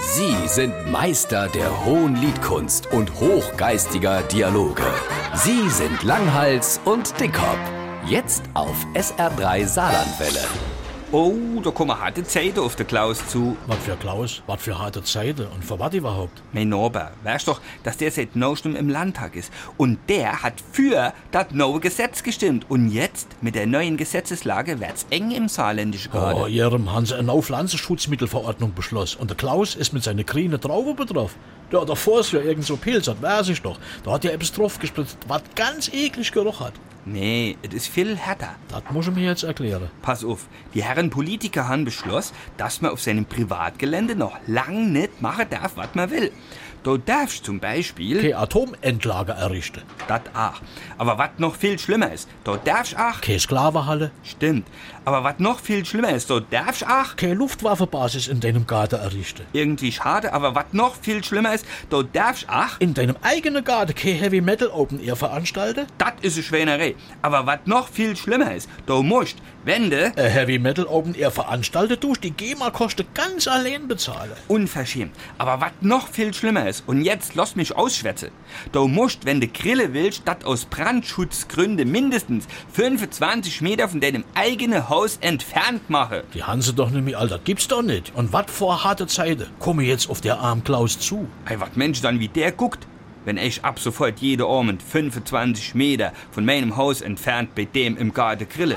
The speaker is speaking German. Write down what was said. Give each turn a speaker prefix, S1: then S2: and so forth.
S1: Sie sind Meister der hohen Liedkunst und hochgeistiger Dialoge. Sie sind Langhals und Dickhop. Jetzt auf SR3 Saarlandwelle.
S2: Oh, da kommen harte Zeiten auf den Klaus zu.
S3: Was für Klaus, was für harte Zeiten und für was überhaupt?
S2: Mein Norbert, weißt doch, dass der seit neuestem im Landtag ist. Und der hat für das neue Gesetz gestimmt. Und jetzt, mit der neuen Gesetzeslage, wird's eng im saarländischen Kader.
S3: Oh, ihrem haben sie eine neue Pflanzenschutzmittelverordnung beschlossen. Und der Klaus ist mit seiner grünen Traube betroffen. Der hat davor ist ja irgend so Pilz, das weiß ich doch. Da hat ja etwas drauf gespritzt, was ganz eklig geroch hat.
S2: Nee, es ist viel härter.
S3: Das muss ich mir jetzt erklären.
S2: Pass auf, die Herren Politiker haben beschlossen, dass man auf seinem Privatgelände noch lang nicht machen darf, was man will. Du darfst zum Beispiel
S3: Kein Atomendlager errichten,
S2: das auch. Aber was noch viel schlimmer ist, du darfst auch.
S3: keine Sklavenhalle,
S2: Stimmt. Aber was noch viel schlimmer ist, du darfst auch.
S3: keine Luftwaffenbasis in deinem Garten errichten.
S2: Irgendwie schade, aber was noch viel schlimmer ist, du darfst auch.
S3: In deinem eigenen Garten kein Heavy Metal Open Air veranstalten?
S2: Das ist eine Schweinerei. Aber was noch viel schlimmer ist, du musst, äh, wenn du
S3: Ein Äh, Heavy Metal Open Air veranstaltet tust, die GEMA kostet ganz allein bezahlen.
S2: Unverschämt. Aber was noch viel schlimmer ist, und jetzt lass mich ausschwätzen. Du musst, wenn du Grille willst, das aus Brandschutzgründen mindestens 25 Meter von deinem eigenen Haus entfernt machen.
S3: Die Hanse doch nicht mehr, Alter, gibt's doch nicht. Und wat vor harte Zeiten. Komme jetzt auf der armen Klaus zu.
S2: Hey, was Mensch dann wie der guckt, wenn ich ab sofort jede Abend 25 Meter von meinem Haus entfernt bei dem im Garten grille.